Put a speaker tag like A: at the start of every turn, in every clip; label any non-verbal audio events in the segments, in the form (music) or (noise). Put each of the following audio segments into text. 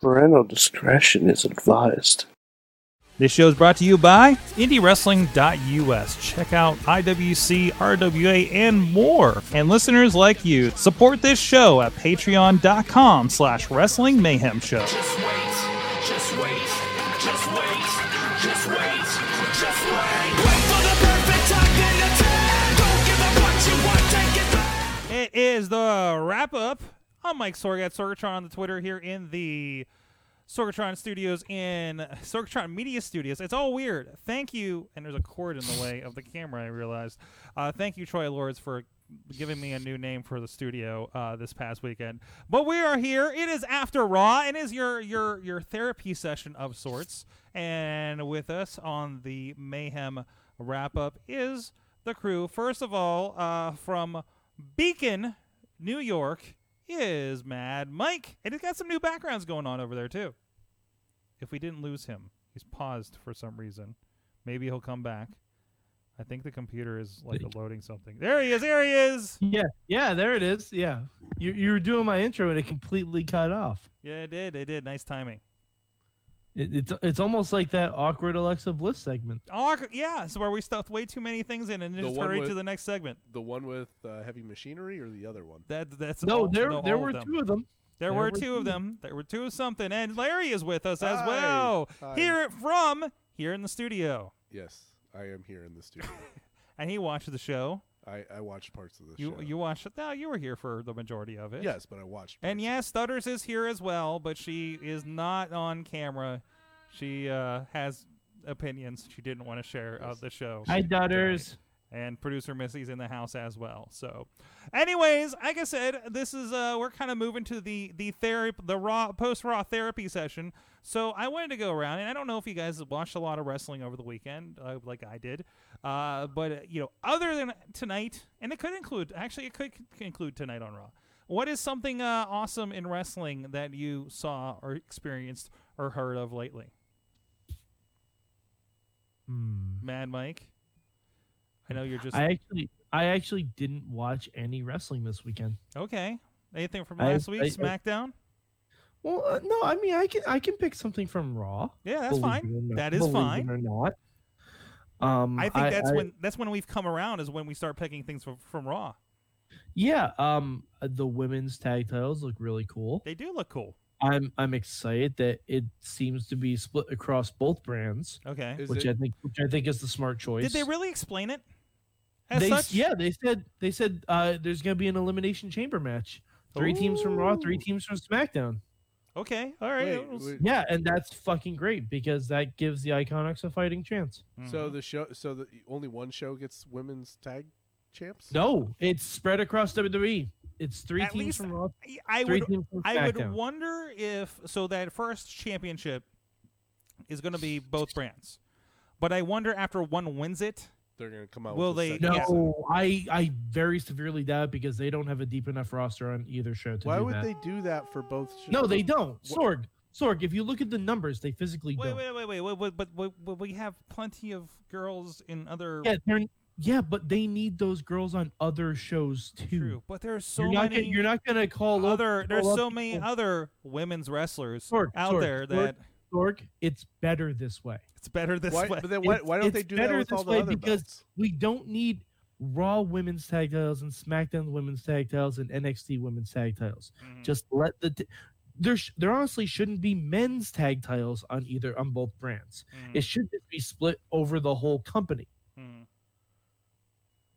A: Parental discretion is advised.
B: This show is brought to you by IndieWrestling.us. Check out IWC, RWA, and more. And listeners like you, support this show at patreon.com slash wrestling mayhem show.
C: Just wait, just wait, just wait, just wait, just wait. Wait for the perfect time then attack. Don't give up what you want, take it back.
B: It is the wrap up. I'm Mike Sorg at Sorgatron on the Twitter here in the Sorgatron Studios in Sorgatron Media Studios. It's all weird. Thank you. And there's a cord in the way of the camera. I realized. Uh, thank you, Troy Lords, for giving me a new name for the studio uh, this past weekend. But we are here. It is after Raw. It is your your your therapy session of sorts. And with us on the Mayhem wrap up is the crew. First of all, uh, from Beacon, New York, is Mad Mike. And he's got some new backgrounds going on over there, too. If we didn't lose him, he's paused for some reason. Maybe he'll come back. I think the computer is like loading something. There he is. There he is.
D: Yeah, yeah, there it is. Yeah, you you were doing my intro and it completely cut off.
B: Yeah, it did. It did. Nice timing.
D: It, it's it's almost like that awkward Alexa Bliss segment.
B: Oh, yeah. So where we stuffed way too many things in and
E: The
B: just
E: one
B: hurried to
E: with-
B: the next segment.
E: The one with uh, heavy machinery or the other one?
B: That that's
D: No,
B: all-
D: there
B: no,
D: there
B: all of
D: were
B: them.
D: two of them.
B: There,
D: There
B: were
D: were
B: two of
D: two.
B: them. There were two of something. And Larry is with us as
E: Hi.
B: well.
E: Hi.
B: Hear it from here in the studio.
E: Yes, I am here in the studio. (laughs)
B: And he watched the show.
E: I, I watched parts of the
B: You
E: show.
B: you watched it. No, you were here for the majority of it.
E: yes, but I watched.
B: And
E: parts.
B: yes, Stutters is here as well, but she is not on camera. She uh, has opinions she didn't want to share of the show.
D: Hi, daughters.
B: and producer Missy's in the house as well. So, anyways, like I said, this is uh we're kind of moving to the the therapy the raw post raw therapy session. So I wanted to go around, and I don't know if you guys watched a lot of wrestling over the weekend, uh, like I did, uh, but uh, you know, other than tonight, and it could include actually it could c- include tonight on Raw. What is something uh, awesome in wrestling that you saw or experienced or heard of lately?
D: Hmm.
B: Mad Mike, I know you're just
D: I actually I actually didn't watch any wrestling this weekend.
B: Okay. Anything from
D: I-
B: last week?
D: I- uh, I-
B: SmackDown?
D: Well, uh, no, I mean I can I can pick something from Raw.
B: Yeah, that's
D: believe
B: fine.
D: it or not-
B: That is
D: believe it
B: fine.
D: or not. Um,
B: I think that's
D: I-
B: when that's when we've come around is when we start picking things from, from Raw.
D: yeah. Um, the women's tag titles look really cool.
B: They do look cool.
D: I'm I'm excited that it seems to be split across both brands.
B: Okay.
E: Is
D: which
E: it-
D: I think which I think is the smart choice.
B: Did they really explain it? As
D: They-
B: such?
D: Yeah, they said they said uh, there's going to be an elimination chamber match. Three teams from Raw, three
B: Ooh.
D: teams from SmackDown.
B: Okay. All right.
E: Wait, wait,
D: Yeah, and that's fucking great because that gives the Iconics a fighting chance.
B: Mhm.
E: So the show, so the only one show gets women's tag champs.
D: No, it's spread across WWE. It's three
B: At
D: teams
B: least
D: from Raw,
B: I- I
D: three (laughs)
B: would
D: teams from
B: I would
D: SmackDown.
B: wonder if so that first championship is going to be both brands. But I wonder after one wins it,
E: they're gonna come out.
B: Will
E: with a
B: they-
E: second
B: yeah.
E: set.
D: no, I I very severely doubt it because they don't have a deep enough roster on either show to
E: Why
D: do
E: would
D: that.
E: they do that for both? shows?
D: No, they don't. Sorg, Sorg. If you look at the numbers, they physically
B: wait,
D: don't.
B: wait, wait, wait, wait, wait, but but but we have plenty of girls in other
D: Yeah, they're yeah, but they need those girls on other shows too.
B: true. But there's so
D: you're not
B: many.
D: gonna, you're not gonna call up
B: other there's
D: call up
B: so many
D: people.
B: other women's wrestlers
D: Sorg,
B: out
D: Sorg,
B: there
D: Sorg,
B: that
D: Sorg, It's better this way.
B: it's better this
E: Why,
B: way. (laughs)
E: but then why,
D: It's-
E: why don't they
D: it's
E: do that
D: better
E: with all
D: this
E: the
D: way
E: other
D: because-
E: belts?
D: We don't need Raw women's tag titles and SmackDown women's tag titles and NXT women's tag titles.
B: Mhm.
D: Just let the t- there sh- there honestly shouldn't be men's tag titles on either on both brands.
B: Mhm.
D: It should just be split over the whole company.
B: Mhm.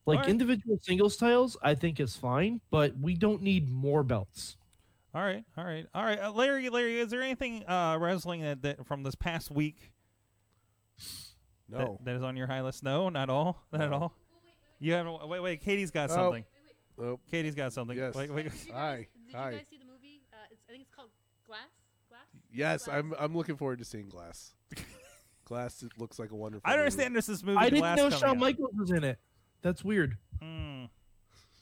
D: Like
B: Alright.
D: individual singles titles, I think is fine, but we don't need more belts.
B: all right, all right, all right. Uh, Larry, Larry, is there anything uh, wrestling that, that from this past week that-
E: No.
B: that is on your high list? No, not all, not
E: No.
B: all. You haven't. Wait, wait. Katie's got
E: Oh.
B: something.
E: Oh,
B: Katie's got something. Wait,
E: Yes. (laughs)
B: wait.
F: Did you
E: Hi,
F: guys, did
E: hi.
F: you guys see the movie? Uh, it's, I think it's called Glass. Glass.
E: yes,
F: Glass.
E: I'm. I'm looking forward to seeing Glass. Glass it looks like a wonderful.
B: I don't
E: movie.
B: understand. There's this movie.
D: I didn't
B: Glass
D: know
B: coming
D: Shawn
B: out.
D: Michaels was in it. That's weird.
B: Mm.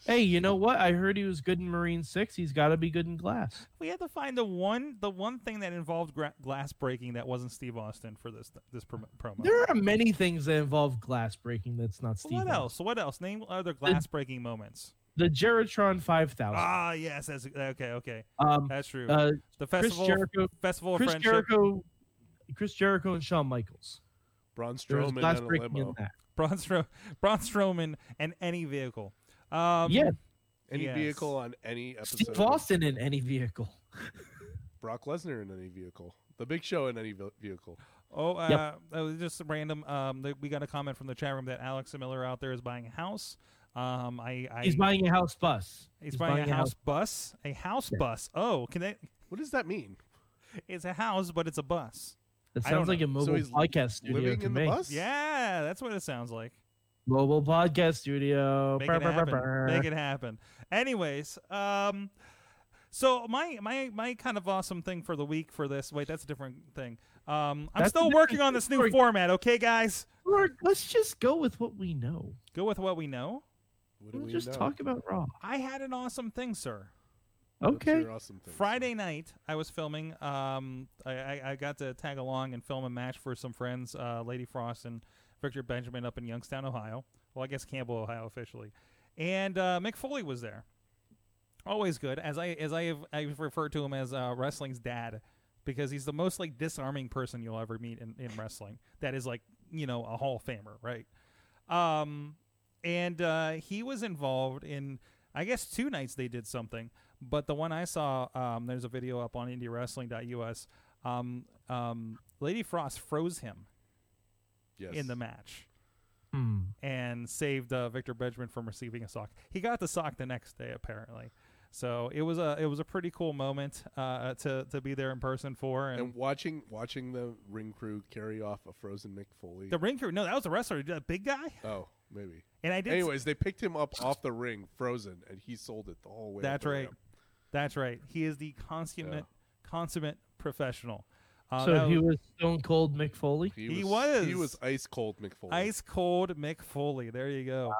D: Hey, you know what? I heard he was good in Marine Six. He's got to be good in Glass.
B: We had to find the one, the one thing that involved gra- glass breaking that wasn't Steve Austin for this this prom- promo.
D: There are many things that involve glass breaking that's not
B: So
D: Steve.
B: What
D: Austin.
B: else? What else? Name other glass breaking moments.
D: the Geritron 5000.
B: Ah, yes. That's, okay, okay.
D: Um,
B: That's true.
D: uh,
B: the
D: Chris
B: festival,
D: Jericho,
B: festival of
D: Chris
B: friendship.
D: Jericho, Chris Jericho, and Shawn Michaels.
E: Braun
D: There was
E: Strowman
D: glass
E: and a
D: breaking in
E: limo.
D: that.
B: Braun, Stro- (laughs) Braun Strowman and any vehicle. Um,
D: yeah,
E: Any
B: Yes.
E: vehicle on any episode.
D: Steve Austin in any vehicle.
E: Brock Lesnar in any vehicle. The Big Show in any ve- vehicle.
B: Oh, uh,
D: Yep.
B: that was just random. Um, th- we got a comment from the chat room that Alex Miller out there is buying a house. Um, I, I
D: He's buying a house bus.
B: he's buying, a house bus, a house
D: Yeah.
B: bus. Oh, can they?
E: What does that mean?
B: It's a house, but it's a bus.
D: That
B: I don't
D: sounds like a mobile
E: he's
D: podcast studio
E: Living
D: to
E: in the
D: me.
E: bus?
B: Yeah, that's what it sounds like.
D: Mobile podcast studio.
B: Make
D: Brr,
B: it
D: brr, brr,
B: happen.
D: brr.
B: Make it happen. Anyways, um, so my my my kind of awesome thing for the week for this. Wait, that's a different thing. Um, I'm
D: That's a
B: still
D: different
B: working on this new
D: story.
B: format. Okay, guys,
D: Lord, let's just go with what we know.
B: go with what we know.
E: What do
D: We'll
E: we
D: just
E: know?
D: talk about Raw.
B: I had an awesome thing, sir.
E: What's
D: Okay.
E: your awesome thing?
B: Friday night, I was filming. Um, I, I, I got to tag along and film a match for some friends, uh, Lady Frost and Victor Benjamin, up in Youngstown, Ohio. Well, I guess Campbell, Ohio, officially. And uh, Mick Foley was there. Always good, as I as I have I've referred to him as uh, wrestling's dad, because he's the most like disarming person you'll ever meet in, in wrestling. That is like you know a Hall of Famer, right? Um, and uh, he was involved in I guess two nights they did something, but the one I saw, um, there's a video up on IndieWrestling.us. Um, um, Lady Frost froze him
E: Yes.
B: in the match
D: Hmm.
B: and saved uh, Victor Benjamin from receiving a sock. He got the sock the next day, apparently. So it was a it was a pretty cool moment uh, to to be there in person for and,
E: And watching watching the ring crew carry off a frozen Mick Foley.
B: the ring crew. No, that was a wrestler, a big guy.
E: oh, maybe.
B: And I did.
E: Anyways, they picked him up off the ring, frozen, and he sold it the whole way. up
B: that's
E: the
B: right.
E: ramp.
B: That's right. He is the consummate consummate professional. Uh,
D: so
B: that
D: he
B: was-
D: was Stone Cold
B: (laughs)
D: McFoley. Foley.
E: He,
B: He
E: was he
B: was.
E: was ice cold Mick Foley.
B: Ice cold Mick Foley. There you go.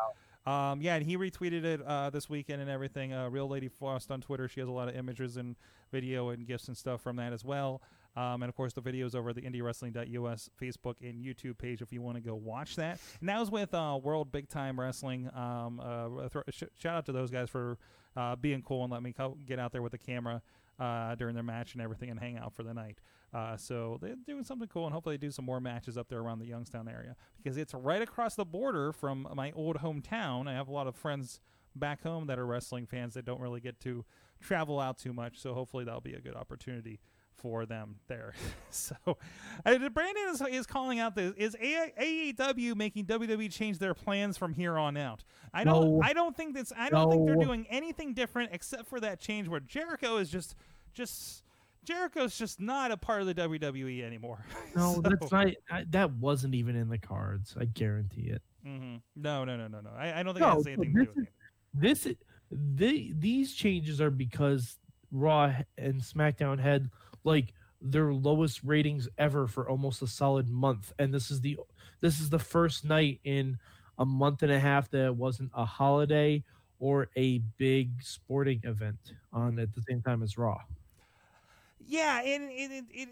B: Um, yeah, and he retweeted it uh, this weekend and everything. Uh, Real Lady Frost on Twitter. She has a lot of images and video and gifts and stuff from that as well. Um, and of course, the videos over at the IndieWrestling.us Facebook and YouTube page if you want to go watch that. And that was with uh, World Big Time Wrestling. Um, uh, thro- sh- shout out to those guys for uh, being cool and letting me co- get out there with the camera uh, during their match and everything and hang out for the night. Uh, so they're doing something cool, and hopefully they do some more matches up there around the Youngstown area because it's right across the border from my old hometown. I have a lot of friends back home that are wrestling fans that don't really get to travel out too much. So hopefully that'll be a good opportunity for them there. (laughs) so uh, Brandon is, is calling out this is A- AEW making WWE change their plans from here on out. I don't
D: No.
B: I don't think that's I don't think they're
D: No.
B: doing anything different except for that change where Jericho is just just Jericho's just not a part of the WWE anymore. (laughs)
D: No,
B: So-
D: that's not. I, that wasn't even in the cards. I guarantee it.
B: Mhm. No, no, no, no, no. I, I don't think it
D: No,
B: has
D: so
B: anything to do
D: this
B: with it.
D: This, the, these changes are because Raw and SmackDown had like their lowest ratings ever for almost a solid month, and this is the this is the first night in a month and a half that it wasn't a holiday or a big sporting event on at the same time as Raw.
B: Yeah, and it, it, it,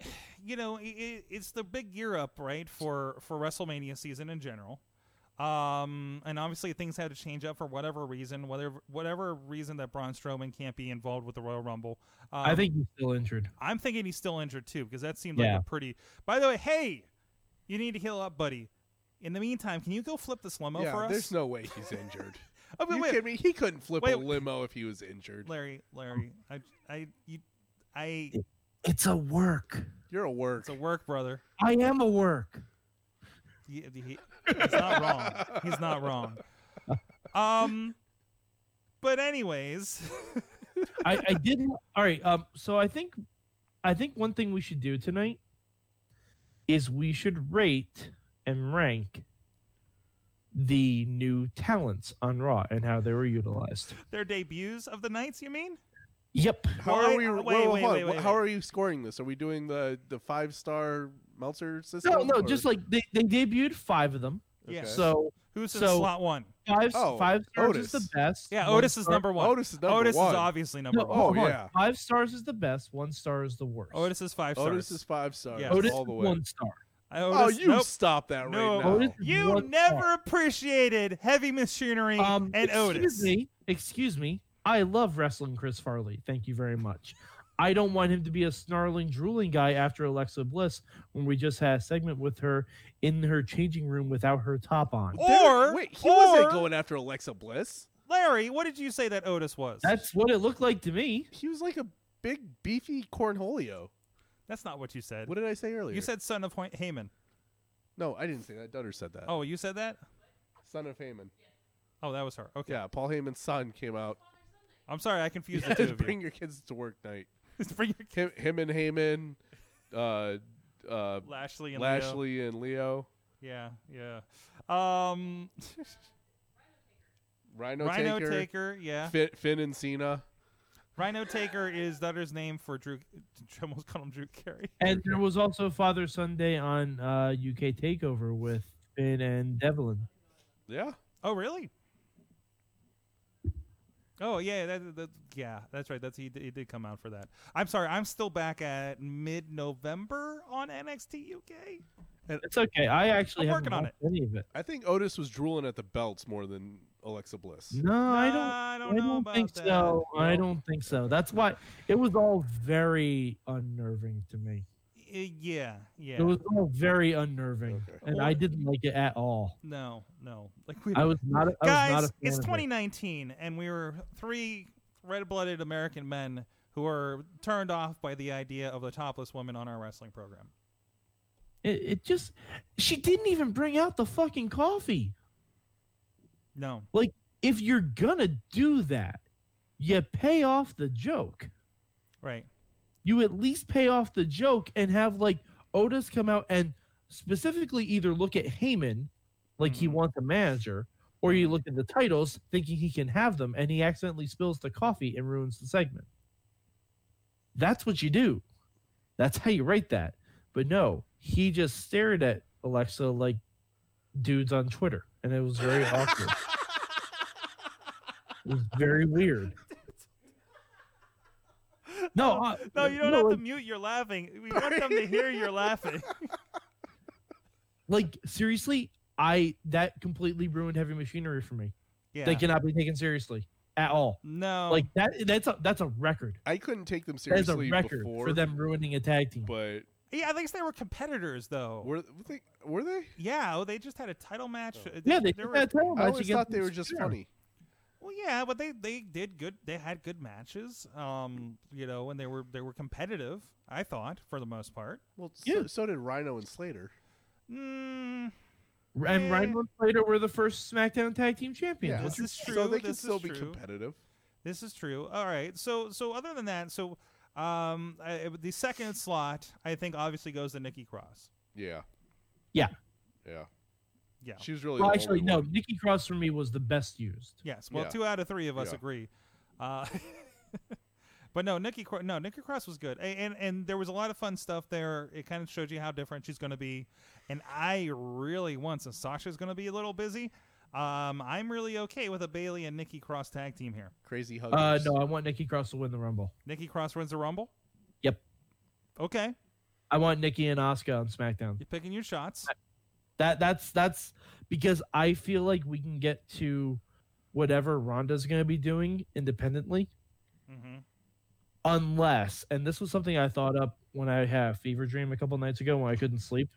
B: it (sighs) you know, it- it, it's the big gear up, right, for for WrestleMania season in general. Um, and obviously things had to change up for whatever reason, whatever whatever reason that Braun Strowman can't be involved with the Royal Rumble. Um,
D: I think he's still injured.
B: I'm thinking he's still injured too because that seemed
D: Yeah.
B: like a pretty. By the way, hey, you need to heal up, buddy. In the meantime, can you go flip this limo
E: yeah,
B: for us?
E: there's no way he's injured.
B: oh, (laughs) wait,
E: you
B: wait,
E: kidding me? He couldn't flip
B: Wait,
E: a limo if he was injured.
B: Larry, Larry,
E: Oh.
B: I, I, you, I.
D: It's a work.
E: You're a work.
B: It's a work, brother.
D: I am a work.
B: He, he- he's not wrong. He's not wrong. Um, but anyways, (laughs)
D: I, I didn't. All right. Um. So I think, I think one thing we should do tonight is we should rate and rank the new talents on Raw and how they were utilized.
B: their debuts of the nights. You mean?
D: Yep.
E: How
B: Well, I-
E: are we?
B: uh,
E: wait,
B: wait,
E: wait,
B: wait,
E: hold on.
B: wait, wait,
E: How
B: wait.
E: are you scoring this? Are we doing the the five star Meltzer system?
D: No, no.
E: or-
D: Just like they, they debuted five of them.
B: Yeah.
E: Okay.
D: So
B: Who's in
D: So-
B: slot one?
D: five
E: Oh,
D: five stars is
E: Otis.
D: the best.
B: Yeah,
D: One
B: Otis is
D: star-
B: number one.
E: Otis is number
B: Otis
E: one.
B: is obviously number
D: No,
B: one.
E: Oh,
D: hold on.
E: yeah.
D: Five stars is the best. One star is the worst.
B: Otis is five stars.
E: Otis is five stars
B: Yeah.
E: all
D: Otis
E: the
D: is
E: way.
D: one star.
B: I
E: Oh,
B: noticed-
E: you
B: nope.
E: stop that
B: No.
E: right now.
D: Otis is
B: You
D: one
B: never
D: star.
B: appreciated heavy machinery
D: Um,
B: and
D: excuse
B: Otis.
D: me. Excuse me. I love wrestling Chris Farley. Thank you very much. I don't want him to be a snarling, drooling guy after Alexa Bliss when we just had a segment with her in her changing room without her top on.
E: There-
B: Or,
E: wait, he
B: or-
E: wasn't going after Alexa Bliss.
B: Larry, what did you say that Otis was?
D: That's what it looked like to me.
E: He was like a big beefy cornholio.
B: That's not what you said.
E: What did I say earlier?
B: You said son of Point Haman.
E: no, I didn't say that. Dunner said that.
B: Oh, you said that?
E: son of Heyman.
B: Oh, that was her. Okay.
E: Yeah, Paul Heyman's son came out.
B: I'm sorry, I
E: (laughs)
B: confused the
E: Yeah,
B: two of
E: bring
B: you.
E: your kids to work night.
B: (laughs) Bring your
E: Him, him and Heyman, uh, uh,
B: Lashley and Leo.
E: Lashley and Leo,
B: Yeah, yeah. Um,
E: Rhino,
B: Rhino
E: Taker,
B: Taker, yeah.
E: Fin, Finn and Cena.
B: Rhino Taker is Dutter's name for Drew. (laughs) I Almost called him Drew Carey.
D: And there was also Father Sunday on uh, UK Takeover with Finn and Devlin.
E: Yeah,
B: Oh, really? Oh yeah, that, that yeah, that's right. That's he, did- he did come out for that. I'm sorry, I'm still back at mid-November on NXT UK.
D: It's okay. I actually
B: I'm working
D: haven't
B: on
D: watched any of it.
E: I think Otis was drooling at the belts more than Alexa Bliss.
D: No, I don't.
B: I
D: I
B: don't
D: don't,
B: know about
D: think
B: that.
D: so. I
B: No.
D: don't think so. That's why it was all very unnerving to me.
B: Y- Eh, yeah, yeah.
D: It was all very unnerving,
E: Okay.
D: and I didn't like it at all.
B: no, no. (laughs) Like we
D: I was not. A, I was not
B: guys,
D: a
B: it's
D: fan of it.
B: 2019, and we were three red-blooded American men who are turned off by the idea of the topless woman on our wrestling program.
D: It, it just. She didn't even bring out the fucking coffee.
B: No,
D: If you're gonna do that, you pay off the joke.
B: right?
D: You at least pay off the joke and have like Otis come out and specifically either look at Heyman, like he
B: Mhm.
D: wants a manager, or
B: Mm-hmm.
D: you look at the titles thinking he can have them, and he accidentally spills the coffee and ruins the segment. That's what you do. That's how you write that. But no, he just stared at Alexa like dudes on Twitter, and it
B: (laughs)
D: was very awkward. It was very weird. (laughs) No, I-
B: (laughs) No, you don't
D: no,
B: have
D: like-
B: to mute your laughing. We want them to hear you're laughing.
D: like seriously i that completely ruined heavy machinery for me
B: Yeah.
D: (laughs) they cannot be taken seriously at all
B: no.
D: like that that's a that's a record
E: I couldn't take them
D: that is a
E: seriously
D: record
E: before
D: for them ruining a tag team
E: but
B: yeah, at least they were competitors though.
E: were they? Were they?
B: yeah, oh, they just had a title match. Uh,
D: Oh. yeah they
B: there
D: took
B: were-
D: that title
E: I
D: match
E: always
D: against
E: thought they were
D: Vince
E: just
D: McMahon.
E: funny.
B: Well, yeah, but they they did good. They had good matches. Um, you know, and they were they were competitive. I thought for the most part.
E: Well, so,
D: Yeah.
E: so did Rhino and Slater.
B: Mm,
D: and
B: Yeah.
D: Ryan and Slater were the first SmackDown Tag Team Champions.
E: Yeah.
B: this is true.
E: so they can
B: this
E: still
B: is
E: be
B: true.
E: competitive.
B: This is true. All right. So so other than that, so um, I, the second slot I think obviously goes to Nikki Cross.
E: Yeah.
D: Yeah.
E: Yeah.
B: Yeah.
E: She was really.
D: Well,
E: the
D: actually,
E: only
D: no.
E: one.
D: Nikki Cross for me was the best used.
B: Yes. Well,
E: Yeah.
B: two out of three of us
E: Yeah.
B: agree. Uh, (laughs) but no, Nikki. Cro- No, Nikki Cross was good, A- and, and there was a lot of fun stuff there. It kind of showed you how different she's going to be, and I really want. Since Sasha's going to be a little busy, um, I'm really okay with a Bailey and Nikki Cross tag team here.
E: Crazy huggers.
D: Uh, no, I want Nikki Cross to win the Rumble.
B: Nikki Cross wins the Rumble.
D: Yep.
B: Okay,
D: I want Nikki and Asuka on SmackDown.
B: you're picking your shots.
D: That that's that's because I feel like we can get to whatever Ronda's going to be doing independently
B: Mm-hmm.
D: unless and this was something i thought up when i had a fever dream a couple nights ago when i couldn't sleep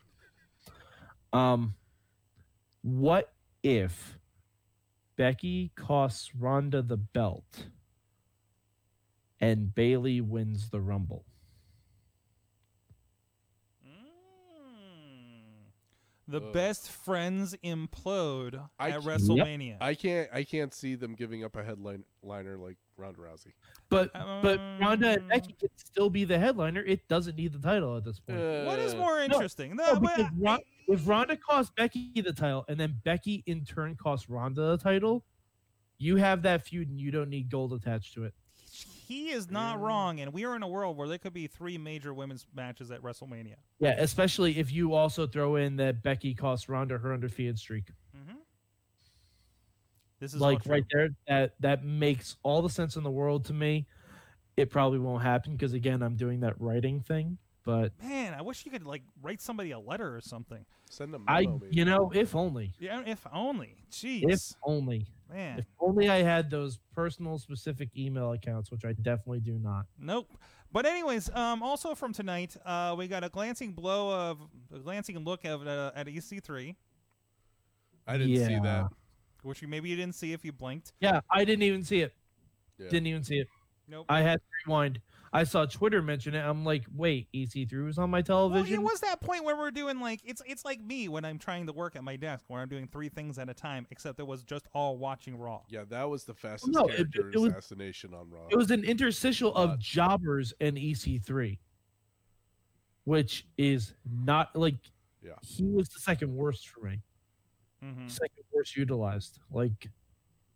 D: um what if becky costs ronda the belt and bailey wins the rumble
B: The
E: Ugh.
B: best friends implode
E: I
B: at
E: c- Yep.
B: WrestleMania.
E: I can't. I can't see them giving up a headline liner like Ronda Rousey.
D: but but ronda
B: Um,
D: and becky can still be the headliner it doesn't need the title at this point
B: What is
E: Uh,
B: more interesting? No,
D: No,
B: but-
D: Oh, because Ron- if Ronda costs Becky the title, and then Becky in turn costs Ronda the title, you have that feud, and you don't need gold attached to it.
B: he is not wrong, and we are in a world where there could be three major women's matches at WrestleMania.
D: Yeah, especially if you also throw in that Becky costs Ronda her undefeated streak.
B: Mm-hmm. This is all
D: Like
B: true.
D: right there, that that makes all the sense in the world to me. It probably won't happen because again, I'm doing that writing thing. But
B: Man, I wish you could like write somebody a letter or something.
E: Send them.
D: I,
E: memo, maybe.
D: you know, if only,
B: Yeah, if only. Jeez,
D: if only,
B: man.
D: if only I had those personal specific email accounts, which I definitely do not.
B: Nope. But anyways, um, also from tonight, uh, we got a glancing blow of a glancing look of uh, at EC3,
E: I didn't see that.
B: which you, maybe you didn't see if you blinked.
D: Yeah, I didn't even see it.
E: Yeah.
D: Didn't even see it.
B: Nope.
D: I had to rewind. I saw Twitter mention it. I'm like, wait, EC3 was on my
B: Well,
D: television.
B: it was that point where we're doing like it's it's like me when I'm trying to work at my desk where I'm doing three things at a time, except it was just all watching Raw.
E: Yeah, that was the fastest
D: No, it-
E: character
D: it was-
E: assassination on Raw.
D: it was an interstitial
E: God.
D: of jobbers and EC3, which is not like
E: Yeah.
D: he was the second worst for me.
B: Mm-hmm.
D: Second worst utilized. Like,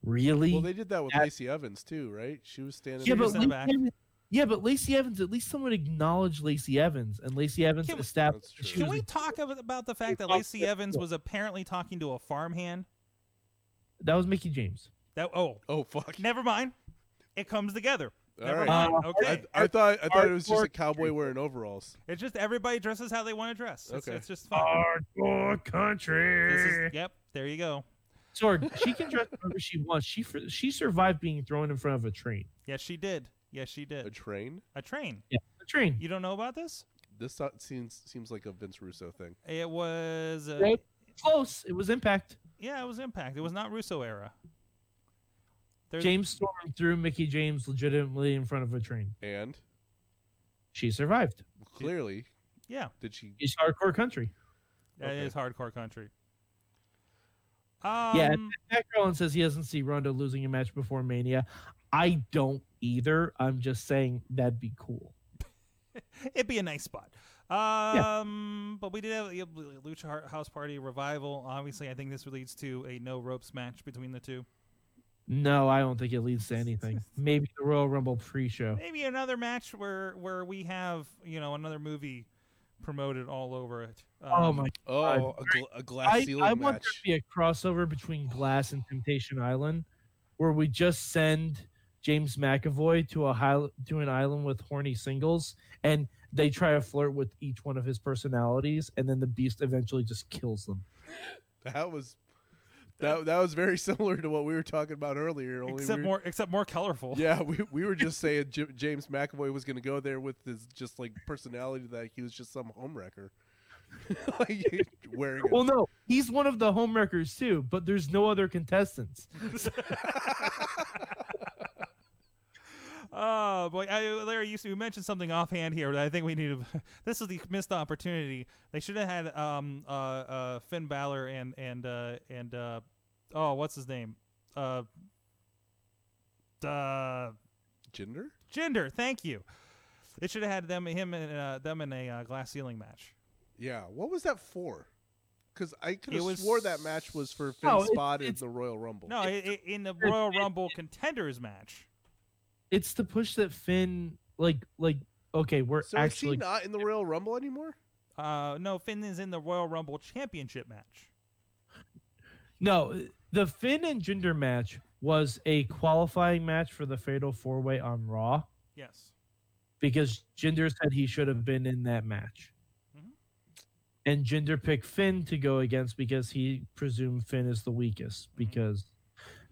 D: really?
E: well, they did that with
D: At-
E: Lacey Evans too, right? She was standing.
D: yeah,
E: there.
D: but
B: Send it
D: Lacey
B: back.
D: Evans, yeah, but Lacey Evans. At least someone acknowledged Lacey Evans, and Lacey Evans
B: Can we-
D: established.
E: That's
D: she
E: true.
B: Can
D: was
B: we
D: a-
B: talk ab- about the fact that
D: talked
B: Lacey
D: about-
B: Evans was apparently talking to a farmhand?
D: that was Mickey James.
B: That oh,
E: oh fuck!
B: never mind. It comes together.
E: All
B: never
E: right.
B: mind.
D: Uh,
B: okay.
E: I, I thought I thought it was just a
D: Hardcore-
E: cowboy wearing overalls.
B: It's just everybody dresses how they want to dress. It's,
E: Okay.
B: it's just fun.
D: Hardcore
B: This
D: country.
B: is, yep, there you go.
D: Sorg, she can dress however she wants. She fr- she survived being thrown in front of a train.
B: Yes, she did. Yes, she
E: A
B: did.
E: train.
B: A train.
D: A train.
B: You don't know about this?
E: This so- seems seems like a Vince Russo thing.
B: It was. Uh,
D: Right. Close. It was impact.
B: Yeah, it was Impact. It was not Russo era. There's,
D: James Storm threw Mickey James legitimately in front of a train.
E: And
D: She survived.
E: clearly,
B: Yeah,
E: did she?
D: It's hardcore country.
B: that
E: Okay.
B: is hardcore country.
D: Yeah,
B: Um,
D: Matt Garland says he doesn't see Ronda losing a match before Mania. I don't either. I'm just saying that'd be cool.
B: it'd be a nice spot. Um, but we did have the Lucha Har- House Party revival. Obviously, I think this leads to a no ropes match between the two.
D: No, I don't think it leads to (laughs) anything. Maybe the Royal Rumble pre-show.
B: Maybe another match where where we have you know another movie promoted all over it.
D: Oh
B: Um,
D: my!
E: Oh,
D: I-
E: a, gl- a glass
D: I,
E: ceiling
D: I
E: match.
D: want there to be a crossover between Glass and Temptation Island, where we just send James McAvoy to a high, to an island with horny singles, and they try to flirt with each one of his personalities, and then the Beast eventually just kills them.
E: (laughs) That
D: (laughs)
E: was that that was very (laughs) similar to what we were talking about earlier. Only
B: Except
E: we were- (laughs)
B: more, except more colorful. (laughs)
E: Yeah, we, we were just saying J- James McAvoy was going to go there with his just like personality that he was just some homewrecker, (laughs) like (laughs) wearing. a-
D: Well, no, he's one of the homewreckers too, but there's no other contestants.
B: Oh boy, I, Larry, you, you mentioned something offhand here that I think we need to. (laughs) This is the missed opportunity. They should have had um uh, uh Finn Balor and and uh, and uh, oh what's his name uh uh
E: (laughs) Gender?
B: Jinder. Thank you. They should have had them him and uh, them in a uh, glass ceiling match.
E: Yeah. What was that for? Because I could
B: It
E: have
B: was-
E: swore that match was for Finn's
D: No, it-
E: spot in
D: it's-
E: the Royal Rumble.
B: No, i i in the Royal Rumble contenders match.
D: It's the push that Finn like like okay, we're
E: so
D: actually
E: is he not in the Royal Rumble anymore?
B: Uh, no, Finn is in the Royal Rumble championship match.
D: No, the Finn and Gender match was a qualifying match for the Fatal Four Way on Raw
B: Yes.
D: because Gender said he should have been in that match.
B: Mhm.
D: And Gender picked Finn to go against because he presumed Finn is the weakest because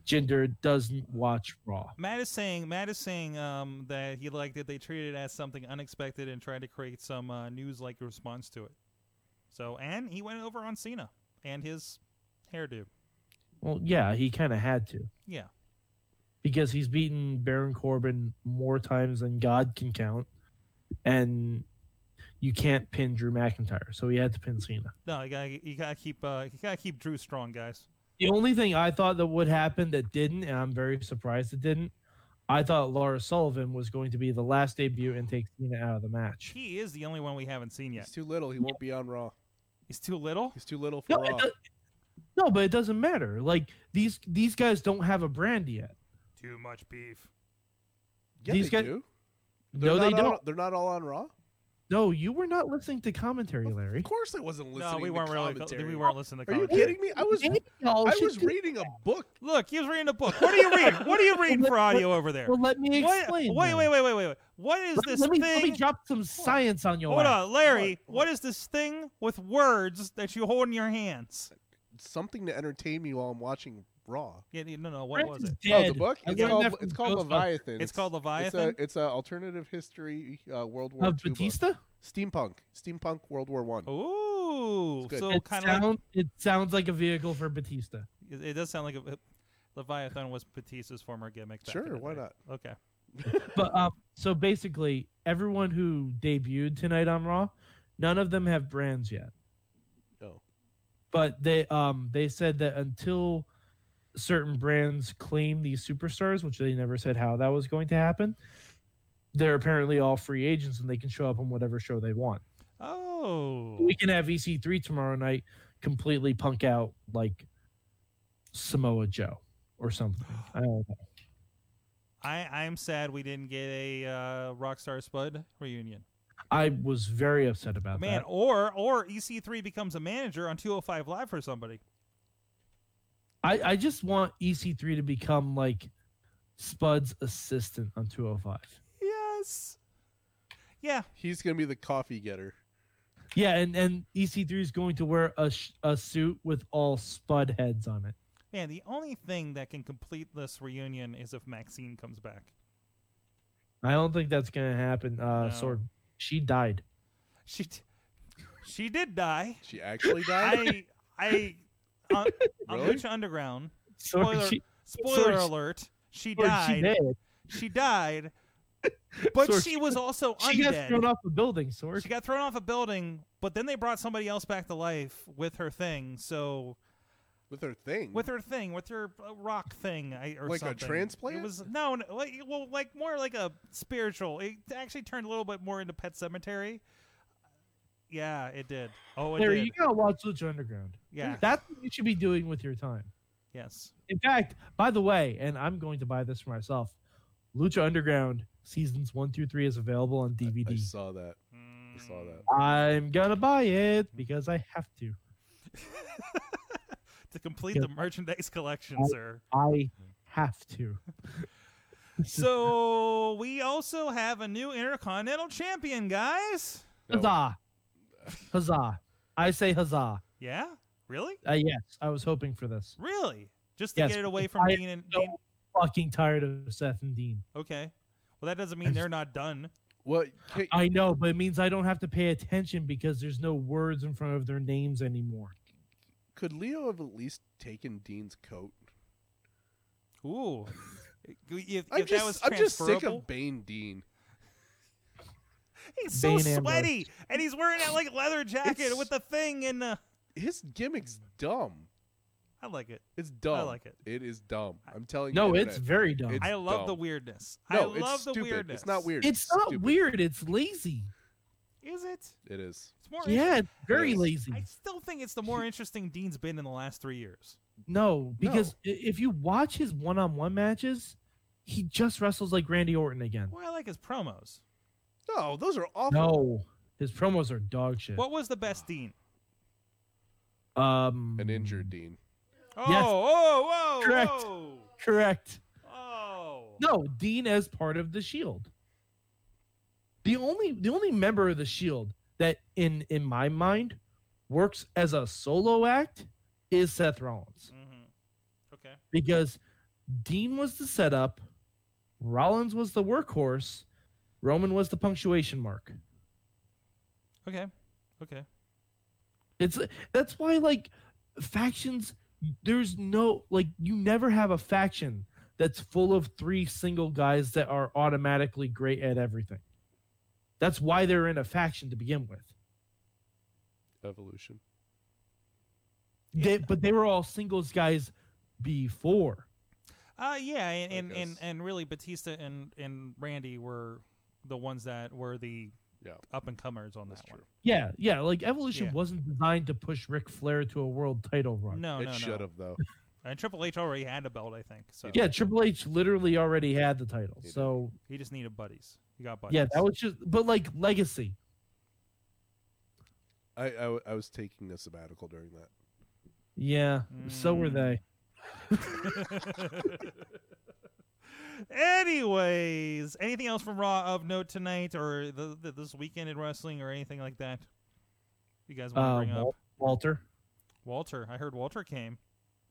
D: Gender doesn't watch Raw.
B: Matt is saying Matt is saying um, that he liked it. They treated it as something unexpected and tried to create some uh, news-like response to it. So, and he went over on Cena and his hairdo.
D: Well, yeah, he kind of had to
B: Yeah,
D: because he's beaten Baron Corbin more times than God can count. And you can't pin Drew McIntyre, so he had to pin Cena.
B: no, you gotta you gotta keep uh, you gotta keep Drew strong, guys.
D: The only thing I thought that would happen that didn't, and I'm very surprised it didn't, I thought Laura Sullivan was going to be the last debut and take Cena out of the match.
B: He is the only one we haven't seen yet.
E: He's too little. He won't be on Raw.
B: He's too little.
E: He's too little for
D: No, it
B: Oh.
E: Raw.
D: do- no, but it doesn't matter. Like these these guys don't have a brand yet.
B: Too much beef.
E: Yeah,
D: these
E: they
D: guys-
E: do. They're
D: No, they
E: not all-
D: don't.
E: they're not all on Raw.
D: No, you were not listening to commentary, Larry.
E: Of course, I wasn't listening.
B: no, we
E: to
B: weren't really.
E: commentary.
B: We weren't listening to
E: Are you
B: commentary.
E: kidding me? I was.
D: No,
E: I
D: shit,
E: was reading a book.
B: Look, he was reading a book. What are you reading? What are you reading for audio over there?
D: Well, let me
B: What,
D: explain.
B: wait, wait,
D: then.
B: wait, wait, wait, wait. What is
D: Let,
B: this
D: let me,
B: thing?
D: let me drop some science on your
B: Hold
D: ass.
B: on, Larry. What is this thing with words that you hold in your hands?
E: Something to entertain me while I'm watching Raw.
B: Yeah, yeah, no, no. What
D: Prince
B: was
D: is
B: it?
E: Oh,
D: dead.
E: the book.
D: I
E: It's
D: learned
E: called,
D: that from
E: it's called
D: Ghostbusters.
E: Leviathan.
B: It's called
E: It's a
B: Leviathan.
E: it's a alternative history uh, World War
D: Of
E: Two book.
D: Batista?
E: steampunk steampunk World War
B: Oh,
E: One.
B: Ooh,
E: It's good.
B: so
D: It,
B: kind of
D: sound,
B: like
D: it sounds like a vehicle for Batista.
B: it, it does sound like a, Leviathan was Batista's former gimmick. back in
E: Sure,
B: the
E: why
B: day.
E: not?
B: Okay.
D: But um, so basically, everyone who debuted tonight on Raw, none of them have brands yet.
E: No.
D: But they um they said that until certain brands claim these superstars, which they never said how that was going to happen, they're apparently all free agents and they can show up on whatever show they want.
B: Oh,
D: We can have EC3 tomorrow night completely punk out like Samoa Joe or something. I don't know.
B: I I'm sad we didn't get a uh, Rockstar Spud reunion.
D: I was very upset about
B: Man,
D: that.
B: or or EC3 becomes a manager on 205 Live for somebody.
D: I, I just want EC3 to become like Spud's assistant on 205.
B: Yes. Yeah.
E: He's gonna be the coffee getter.
D: Yeah, and, and EC3 is going to wear a, sh- a suit with all Spud heads on it.
B: Man, the only thing that can complete this reunion is if Maxine comes back.
D: I don't think that's going to happen. Uh,
B: No.
D: Sword, she died.
B: She d- she did
D: (laughs)
B: die. (laughs)
E: She actually died.
B: I I on, on
E: Really?
B: Lucha
D: (laughs)
B: Underground.
D: Sword,
B: Spoiler-
D: she,
B: Spoiler
D: Source.
B: alert. She
D: Sword, she
B: died.
D: dead.
B: She,
D: (laughs)
B: died. But
D: Source.
B: she was also
D: She got
B: undead.
D: thrown off a building, Sword.
B: she got thrown off a building, but then they brought somebody else back to life with her thing. So
E: with her thing.
B: with her thing, with her uh, rock thing, I, or
E: Like a
B: something.
E: transplant?
B: It was no, no, like well, like more like a spiritual. It actually turned a little bit more into Pet Cemetery. Yeah, it did. Oh, it
D: Larry,
B: did.
D: you got to watch Lucha Underground.
B: yeah.
D: That's what you should be doing with your time.
B: yes.
D: In fact, by the way, and I'm going to buy this for myself Lucha Underground seasons one through three is available on DVD.
E: I saw that. I saw
B: Mm.
E: that.
D: I'm gonna buy it because I have to.
B: to complete
D: Yeah.
B: the merchandise collection,
D: I-
B: sir.
D: I have to.
B: So we also have a new Intercontinental Champion, guys.
E: No.
D: (laughs) Huzzah! Huzzah! I say huzzah.
B: Yeah, really,
D: Uh, yes, I was hoping for this.
B: really, just to
D: Yes,
B: get it away
D: because
B: from
D: I
B: Dean and
D: so
B: Dean.
D: fucking tired of Seth and Dean.
B: Okay, well that doesn't mean they're not done.
E: Well,
B: (laughs)
E: can,
D: I know, but it means I don't have to pay attention because there's no words in front of their names anymore.
E: could Leo have at least taken Dean's coat?
B: Ooh, (laughs) if,
E: I'm
B: if
E: just,
B: that was
E: I'm just sick
B: transferable-
E: of Bane Dean.
B: He's so
D: Dean Ambrose.
B: sweaty, and he's wearing that like leather jacket
E: It's-
B: with the thing, and uh,
E: His gimmick's dumb.
B: I like it.
E: It's dumb.
B: like it.
E: It is dumb. I'm telling you.
D: No, it's
E: internet.
D: very dumb.
E: It's
B: I love the
E: dumb.
B: weirdness.
E: no,
B: I love
E: it's
B: the
E: stupid.
B: weirdness.
E: It's not weird.
D: it's not
E: stupid.
D: weird. It's lazy.
B: Is it?
E: It is.
B: It's more.
D: Yeah, it's very
E: is.
D: lazy.
B: I still think it's the more interesting Dean's been in the last three years.
D: No, because
E: No.
D: i- if you watch his one-on-one matches, he just wrestles like Randy Orton again.
B: Well, I like his promos.
E: No, those are awful.
D: No, his promos are dog shit.
B: What was the best
E: Ah.
B: Dean?
D: Um,
E: An injured Dean.
B: Oh,
D: Yes.
B: oh, whoa,
D: Correct.
B: whoa.
D: Correct.
B: Oh.
D: No, Dean as part of the Shield. The only the only member of the Shield that in in my mind works as a solo act is Seth Rollins
B: Mm-hmm. Okay.
D: because Dean was the setup, Rollins was the workhorse, Roman was the punctuation mark.
B: Okay. Okay.
D: It's that's why like factions there's no like you never have a faction that's full of three single guys that are automatically great at everything. That's why they're in a faction to begin with.
E: Evolution.
D: They, but they were all singles guys before.
B: Uh, yeah, and and, and,
E: guess.
B: and really Batista and, and Randy were the ones that were the
E: Yeah.
B: up and comers on
E: That's
B: that
E: true.
D: Yeah, yeah. Like Evolution
B: Yeah.
D: wasn't designed to push Ric Flair to a world title
B: one.
D: run.
B: No,
E: it
B: no,
E: should
B: no.
E: have
D: (laughs)
E: though.
B: And Triple H already had a belt, I think. So
D: Yeah, Triple H literally already had the title.
E: He did.
D: So
B: he just needed buddies. He got buddies.
D: yeah, that was just but like legacy.
E: I, I w- I was taking a sabbatical during that.
D: Yeah, so were
B: Mm.
D: they.
B: (laughs) Anyways, anything else from Raw of note tonight or the, the, this weekend in wrestling or anything like that? You guys want to
D: Uh,
B: bring up
D: Wal- Walter,
B: Walter? I heard Walter came.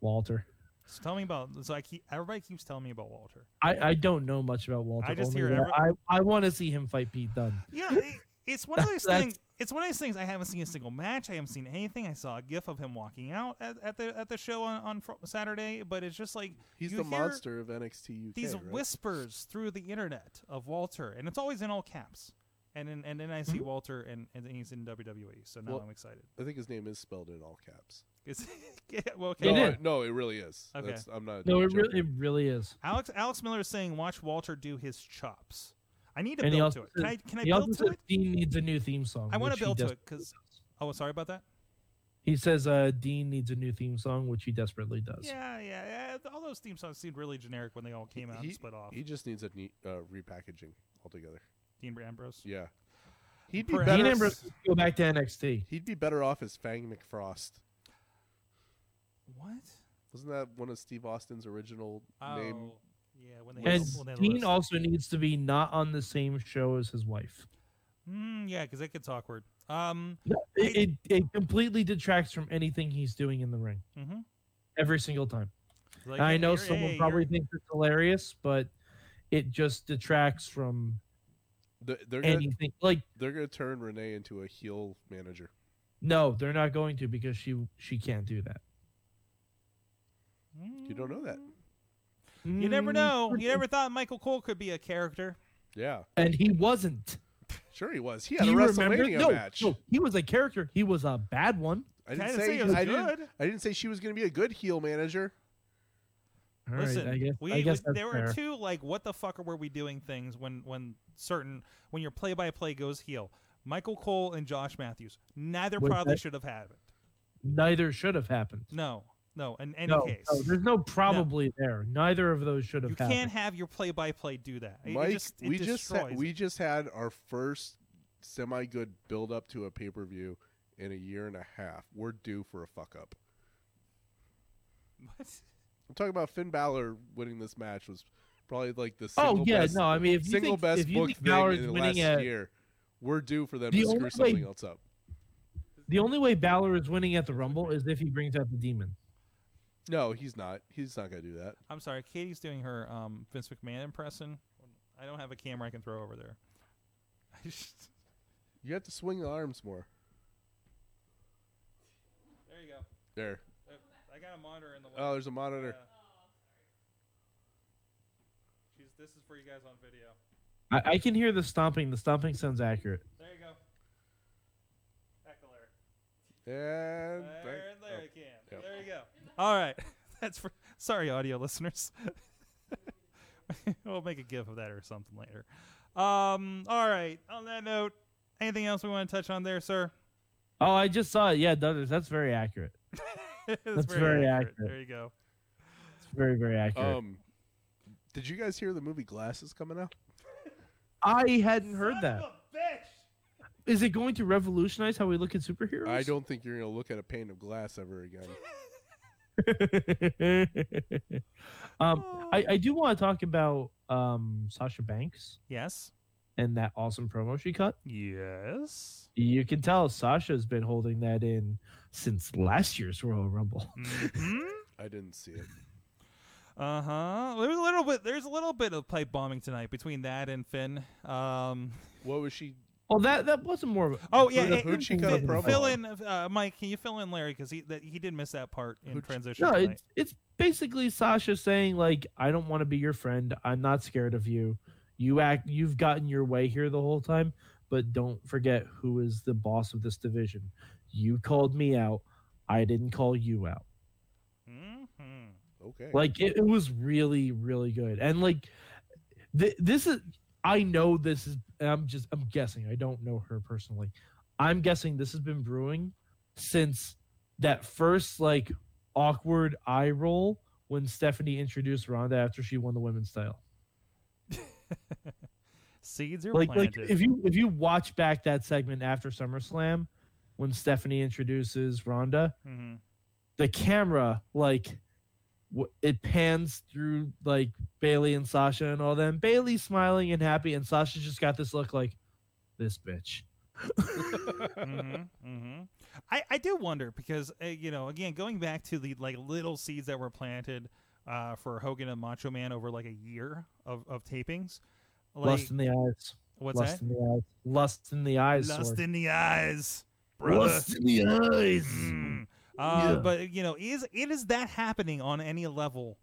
D: Walter.
B: So tell me about. So I keep everybody keeps telling me about Walter.
D: I, I don't know much about Walter.
B: I just
D: only
B: hear
D: that
B: every-
D: I, I want to see him fight Pete Dunne. (laughs)
B: Yeah, it, it's one of those
D: That's-
B: things. It's one of those things. I haven't seen a single match. I haven't seen anything. I saw a GIF of him walking out at, at the at the show on on fr- Saturday, but it's just like
E: He's
B: You
E: the
B: hear
E: monster of NXT UK.
B: these
E: right?
B: whispers through the internet of Walter, and it's always in all caps. And in, and then I see
D: Mm-hmm.
B: Walter, and, and he's in WWE. So now
E: Well-
B: I'm excited. (laughs)
E: I think his name is spelled in all caps.
B: It's, yeah, (laughs) well, okay.
D: It
E: no,
D: is.
E: I- no, it really is.
B: Okay.
E: That's, I'm not.
D: No, it
E: joking.
D: really, it really is.
B: Alex Alex Miller is saying, "Watch Walter do his chops." I need to
D: And he
B: build
D: also
B: to it. Can I
D: says-
B: can I
D: he also
B: build to
D: says
B: it?
D: Dean needs a new theme song.
B: I want to
D: which he
B: build to
D: des-
B: it because oh, sorry about that.
D: He says uh, Dean needs a new theme song, which he desperately does.
B: Yeah, yeah, yeah. All those theme songs seemed really generic when they all came out
E: He-
B: and split off.
E: He just needs a neat uh, repackaging altogether.
B: Dean Ambrose.
E: Yeah, he'd be
B: Perhaps-
E: better.
D: Dean Ambrose needs to go back to NXT.
E: He'd be better off as Fang McFrost.
B: What?
E: Wasn't that one of Steve Austin's original
B: Oh,
E: name?
B: yeah. When they had,
D: And
B: when they had a
D: Dean
B: list.
D: also needs to be not on the same show as his wife.
B: Mm, yeah, because that gets awkward. Um.
D: It, it, it completely detracts from anything he's doing in the ring
B: mhm.
D: every single time.
B: Like,
D: I know
B: you're-
D: someone
B: hey,
D: probably
B: you're-
D: thinks it's hilarious, but it just detracts from
E: Th- They're gonna,
D: anything. Like,
E: they're gonna turn Renee into a heel manager.
D: no, they're not going to because she she can't do that.
E: You don't know
B: Mm.
E: that.
B: You never
D: Mm,
B: know. You never thought Michael Cole could be a character.
E: Yeah,
D: (laughs) And he wasn't.
E: sure he was. He had
D: Do
E: a
D: you remember?
E: WrestleMania
D: No,
E: match.
D: no, he was a character. He was a bad one.
E: I didn't
B: Kinda
E: say,
B: say it was
E: I didn't.
B: good.
E: I didn't say she was gonna be a good heel manager.
D: All right,
B: Listen,
D: I guess,
B: we,
D: I guess
B: we-
D: that's
B: there
D: fair.
B: were two like what the fuck were we doing things when when certain when your play by play goes heel. Michael Cole and Josh Matthews. Neither
D: Was
B: probably
D: that-
B: should have had it.
D: Neither should have happened.
B: No, no. In any
D: no,
B: case,
D: no, there's no probably there. Neither of those should have
B: you
D: happened.
B: can't have your play by play do that. It- it
E: Mike,
B: just, it
E: we just ha-
B: destroys
E: we
B: it.
E: just had our first semi good build up to a pay per view in a year and a half. We're due for a fuck up.
B: (laughs) What?
E: I'm talking about Finn Balor winning this match was probably like the single
D: oh yeah,
E: best,
D: no. I mean, if you
E: single
D: think,
E: best
D: if you
E: book
D: think
E: thing
D: Balor's
E: in the last
D: winning at
E: year. We're due for them
D: The
E: to
D: only
E: screw
D: way-
E: something else up.
D: the only way Balor is winning at the Rumble is if he brings out the demon.
E: No, he's not. He's not gonna do that.
B: I'm sorry, Katie's doing her um, Vince McMahon impression. I don't have a camera I can throw over there. (laughs) I just-
E: You have to swing the arms more.
B: there you go.
E: There.
B: Uh, I got a monitor in the way.
E: Oh, there's a monitor.
B: Uh, she's, this is for you guys on video.
D: I, I can hear the stomping. The stomping sounds accurate.
B: There you go. Heckler.
E: And
B: There,
E: Oh.
B: there you can.
E: yeah.
B: There you go. All right. (laughs) That's for sorry, audio listeners. (laughs) we'll make a gif of that or something later. Um. All right. On that note, anything else we want to touch on there, sir? (laughs)
D: Oh, I just saw it. Yeah, that's, that's very accurate.
B: It's
D: That's very accurate.
B: There you go.
D: It's very, very
E: oh.
D: accurate.
E: um, did you guys hear the movie Glasses coming out?
D: I hadn't heard
B: Son
D: that.
B: of a bitch!
D: Is it going to revolutionize how we look at superheroes?
E: I don't think you're gonna look at a pane of glass ever again.
D: (laughs) um, I, I do want to talk about um, Sasha Banks
B: Yes.
D: and that awesome promo she cut.
B: Yes.
D: You can tell Sasha's been holding that in since last year's Royal Rumble.
B: Mm-hmm. (laughs)
E: I didn't see it.
B: Uh huh. There's a little bit. There's a little bit of pipe bombing tonight between that and Finn. Um.
E: What was she?
D: Well, that that wasn't more of a
B: Oh yeah.
E: Who-
B: it-
E: who'd she cut a
B: fi-
E: promo
B: Fill
E: on?
B: in, uh, Mike. Can you fill in Larry because he that he did miss that part in
E: Who'd she-
B: transition.
D: no.
B: tonight.
D: It's it's basically Sasha saying like, "I don't want to be your friend. I'm not scared of you. You act. You've gotten your way here the whole time, but don't forget who is the boss of this division. You called me out. I didn't call you out."
B: Mhm. (laughs)
E: Okay. (laughs)
D: Like it, it was really, really good. And like th- this is I know this is I'm just I'm guessing. I don't know her personally. I'm guessing this has been brewing since that first like awkward eye roll when Stephanie introduced Ronda after she won the women's title.
B: Seeds are
D: Like like
B: planted.
D: if you if you watch back that segment after SummerSlam, when Stephanie introduces Rhonda,
B: hmm
D: the camera like w- it pans through like Bailey and Sasha and all them. Bailey's smiling and happy, and Sasha's just got this look like this bitch.
B: hmm hmm I, I do wonder because uh, you know again going back to the like little seeds that were planted uh, for Hogan and Macho Man over like a year of, of tapings. Like,
D: Lust in the eyes.
B: what's
D: Lust
B: that?
D: in the eyes. Lust in the eyes.
B: Lust
D: Sword.
B: in the eyes, brother.
A: in the eyes.
B: Mm. Uh,
A: Yeah.
B: But you know, is it is that happening on any level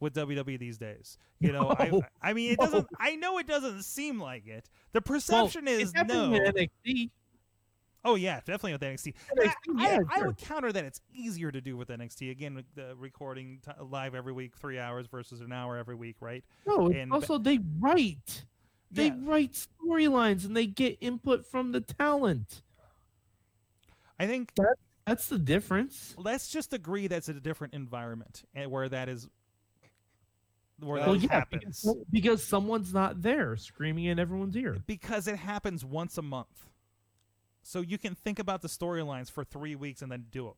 B: with WWE these days? You know,
D: No.
B: I, I mean, it
D: No.
B: doesn't. I know it doesn't seem like it. The perception
D: Well,
B: is
D: it happened
B: no.
D: in NXT.
B: Oh yeah, definitely with NXT.
D: NXT,
B: I,
D: yeah,
B: I, I
D: sure.
B: would counter that it's easier to do with NXT again, with the recording t- live every week, three hours versus an hour every week, right?
D: No, it's
B: And-
D: also they write. They
B: Yeah.
D: write storylines and they get input from the talent.
B: I think
D: That's the difference.
B: let's just agree that's a different environment and where that is, where
E: Well,
B: that
D: Well, yeah,
B: happens
D: because, because someone's not there screaming in everyone's ear.
B: because it happens once a month. So you can think about the storylines for three weeks and then do it.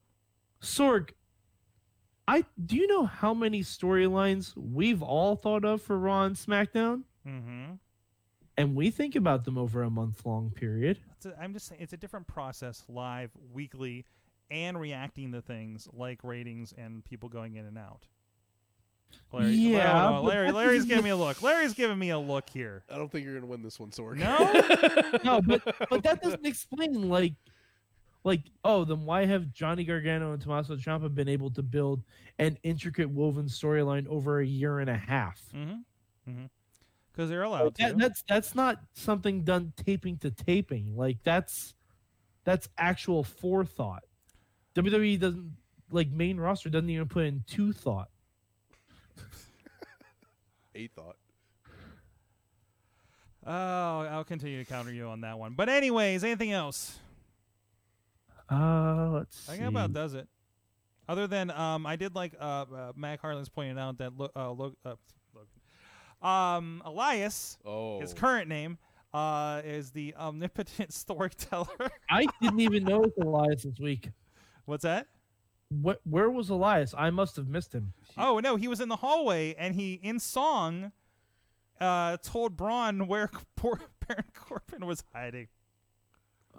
D: Sorg, I do you know how many storylines we've all thought of for Raw and SmackDown,
B: Mm-hmm.
D: and we think about them over a month long period.
B: It's a, I'm just saying it's a different process live, weekly, and reacting to things like ratings and people going in and out. Larry, oh,
D: Yeah,
B: no,
D: but
B: Larry,
D: that
B: Larry's
D: doesn't
B: giving me
D: make-
B: a look. Larry's giving me a look here.
E: I don't think you're gonna win this one, Sorg. (laughs)
B: No?
D: No, but but that doesn't explain like like oh then why have Johnny Gargano and Tommaso Ciampa been able to build an intricate woven storyline over a year and a half?
B: Mm-hmm. Mm-hmm. Because they're allowed to.
D: That- that's that's not something done taping to taping. Like that's that's actual forethought. WWE doesn't like main roster doesn't even put in two thought.
E: A thought.
B: oh, I'll continue to counter you on that one. But anyways, anything else?
D: Uh, let's
B: I
D: see.
B: think that about does it. Other than um, I did like uh, uh Mac Harlan's pointed out that lo- uh, lo- uh, Logan. um Elias
E: Oh,
B: His current name uh, is the omnipotent (laughs) storyteller.
D: I didn't even know it was Elias this week.
B: What's that?
D: What? Where was Elias? I must have missed him.
B: Oh no, he was in the hallway and he, in song, uh, told Braun where (laughs) poor Baron Corbin was hiding.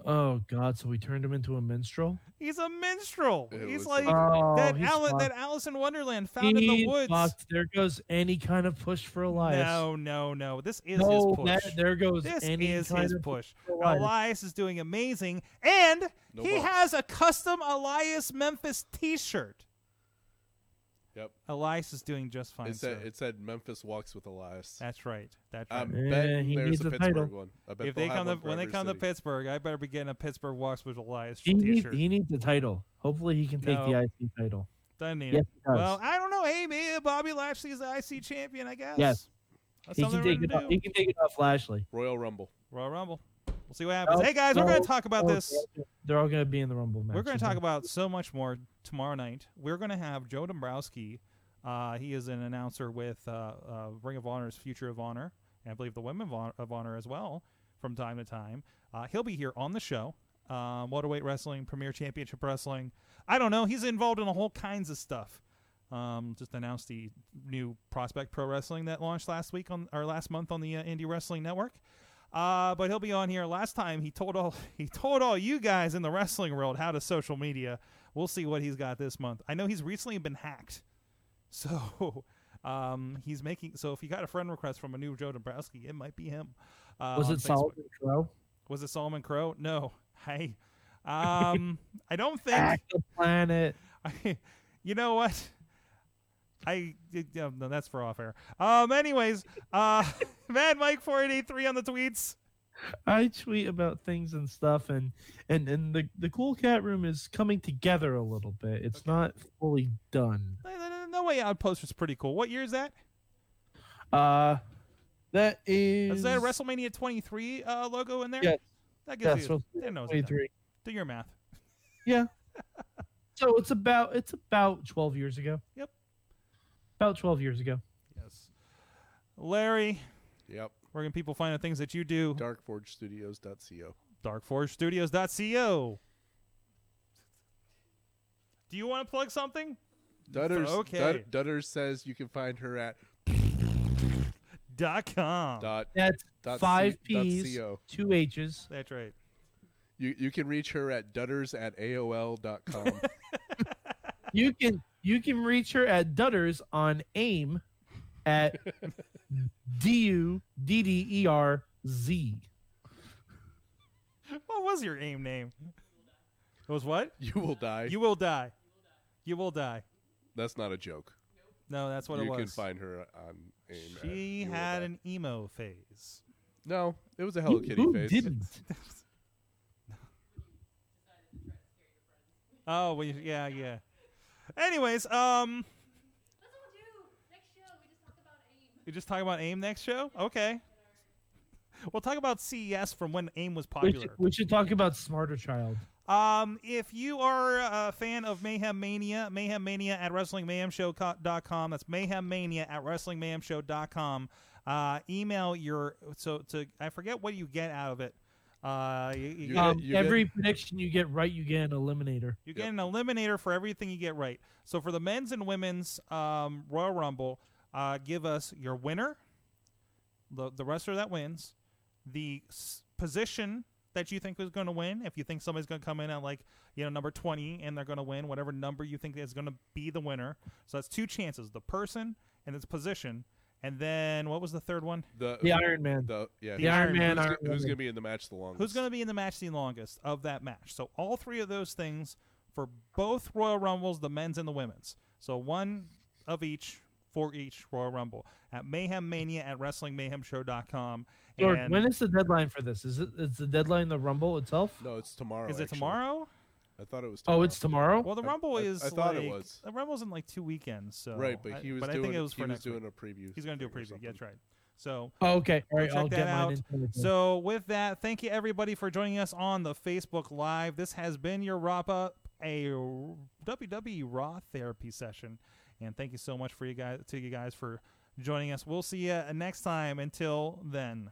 D: Oh God! So we turned him into a minstrel.
B: He's a minstrel.
E: It
B: he's
E: was
B: like
D: Oh,
B: that.
D: he's
B: Al-
D: fucked.
B: that Alice in Wonderland found in the
D: He's
B: woods.
D: fucked. There goes any kind of push for Elias.
B: No, no, no. This is
D: No,
B: his push.
D: that- there goes
B: this
D: any
B: is
D: kind
B: his
D: of
B: push.
D: for
B: Elias.
D: Elias.
B: is doing amazing, and
E: No
B: he
E: balls.
B: has a custom Elias Memphis T-shirt.
E: Yep.
B: Elias is doing just fine.
E: It said
B: sir.
E: it said Memphis walks with Elias.
B: That's right. That's right.
E: I'm
D: Um, Yeah,
E: betting
D: he
E: there's
D: needs
E: a
D: a
E: Pittsburgh
D: title.
E: one. I bet
B: if they come
E: they'll have
B: to,
E: one for
B: when they
E: every
B: come to
E: city.
B: Pittsburgh, I better be getting a Pittsburgh Walks with Elias
D: He needs,
B: T-shirt.
D: he needs the title. Hopefully, he can take
B: No.
D: the IC title.
B: Doesn't need
D: Yes,
B: it.
D: he does.
B: Well, I don't know. Hey, maybe Bobby Lashley is the IC champion. I guess.
D: Yes.
B: That's
D: he
B: something
D: can
B: we're
D: take it.
B: gonna
D: Off,
B: do.
D: he can take it off Lashley.
E: Royal Rumble.
B: Royal Rumble. We'll see what happens.
D: Oh,
B: hey guys, we're
D: no,
B: gonna talk about
D: Oh,
B: this.
D: They're all going to be in the Rumble match.
B: We're going to talk about so much more tomorrow night. We're going to have Joe Dombrowski. Uh, he is an announcer with uh, uh, Ring of Honor's Future of Honor, and I believe the Women of Honor, of Honor as well, from time to time. Uh, he'll be here on the show. Um, Waterweight Wrestling, Premier Championship Wrestling. I don't know. He's involved in a whole kinds of stuff. Um, just announced the new Prospect Pro Wrestling that launched last week on or last month on the uh, Indie Wrestling Network. Uh, but he'll be on here. Last time he told all (laughs) he told all you guys in the wrestling world how to social media. We'll see what he's got this month. I know he's recently been hacked, (laughs) so um, he's making. So if you got a friend request from a new Joe Dombrowski, it might be him. Uh,
D: Was
B: on
D: it
B: Facebook.
D: Solomon Crow?
B: Was it Solomon Crow? No. (laughs) Hey, um, I don't think.
D: Back the planet.
B: I, (laughs) you know what? (laughs) I it- um, no, that's for off air. Um, anyways, uh, (laughs) Mad Mike four eight eight three on the tweets.
D: I tweet about things and stuff, and and and the the cool cat room is coming together a little bit. It's not fully done.
B: No, no, no, No way out poster's pretty cool. What year is that?
D: Uh, that is.
B: Is that a WrestleMania 23 uh, logo in there?
D: Yes.
B: That gives
D: Yes,
B: you.
D: so
B: They know it's
D: twenty
B: done.
D: three.
B: Do your math.
D: So it's about it's about twelve years ago.
B: Yep.
D: About twelve years ago.
B: Yes. Larry,
E: Yep.
B: where can people Oh. find the things that you do?
E: Darkforgestudios.co.
B: Darkforgestudios.co. Do you want to plug something?
E: Dutters,
B: Okay.
E: Dut- Dutters says you can find her at
B: Dot com.
E: dot,
D: That's
E: dot
D: five
E: C- dot
D: P's,
E: co.
D: two H's.
B: That's right.
E: You you can reach her at dutters at aol.com.
D: You can you can reach her at Dutters on AIM at
B: (laughs)
D: D U D D E R Z.
B: What was your aim name? It was what?
E: you will die.
B: (laughs) You will die. You will die.
E: That's not a joke.
B: No, that's what
E: you
B: it was.
E: can find her on AIM. at
B: she
E: You Will
B: had
E: Die.
B: an emo phase.
E: no. It was a Hello
D: Who-
E: Kitty
D: who
E: face.
D: didn't?
B: Oh, well, yeah, yeah. Anyways, um,
F: That's what we'll do. Next show, we just talk about aim.
B: we just talk about AIM next show. Okay. We'll talk about CES from when AIM was
D: We should,
B: popular.
D: we should talk about Smarter Child.
B: Um, if you are a fan of Mayhem Mania, Mayhem Mania at WrestlingMayhemShow.com. That's Mayhem Mania at WrestlingMayhemShow.com. Uh, email your so to I forget what you get out of it. Uh, you, you
E: You
B: get,
E: get-
D: Um, every prediction you get right, you get an eliminator.
B: you get an eliminator for everything you get right. So for the men's and women's um, Royal Rumble, uh, give us your winner, the the wrestler that wins, the s- position that you think is going to win. If you think somebody's going to come in at like you know number twenty and they're going to win, whatever number you think is going to be the winner. So that's two chances: the person and its position. And then what was the third one?
E: The,
D: The Iron Man.
E: the- yeah.
B: The Iron
E: who's
D: Man,
E: go-
D: Iron
E: Who's,
D: Woman.
E: going to be in the match the longest?
B: Who's going to be in the match the longest of that match? So all three of those things for both Royal Rumbles, the men's and the women's. So one of each for each Royal Rumble at Mayhem Mania at WrestlingMayhemShow.com.
D: George,
B: and
D: when is the deadline for this? Is it is the deadline the Rumble itself?
E: No, it's tomorrow.
B: is it
E: actually.
B: tomorrow?
E: I thought it was tomorrow.
D: Oh, it's tomorrow.
B: Well, the
E: I-
B: Rumble
E: I-
B: is.
E: I thought it
B: like-
E: was.
B: The Rumble's in like two weekends. So
E: Right, but
B: I-
E: he was
B: but
E: doing
B: I think it was for
E: he was
B: next
E: doing
B: week.
E: a preview.
B: He's going to do a
E: thing or
B: preview. Yeah, that's
E: something.
B: right. So
D: Oh, okay, all right,
B: Go
D: I'll
B: check
D: get
B: that
D: mine.
B: out.
D: in later.
B: So with that, thank you everybody for joining us on the Facebook Live. This has been your wrap up a WWE Raw therapy session, and thank you so much for you guys to you guys for joining us. We'll see you next time. Until then.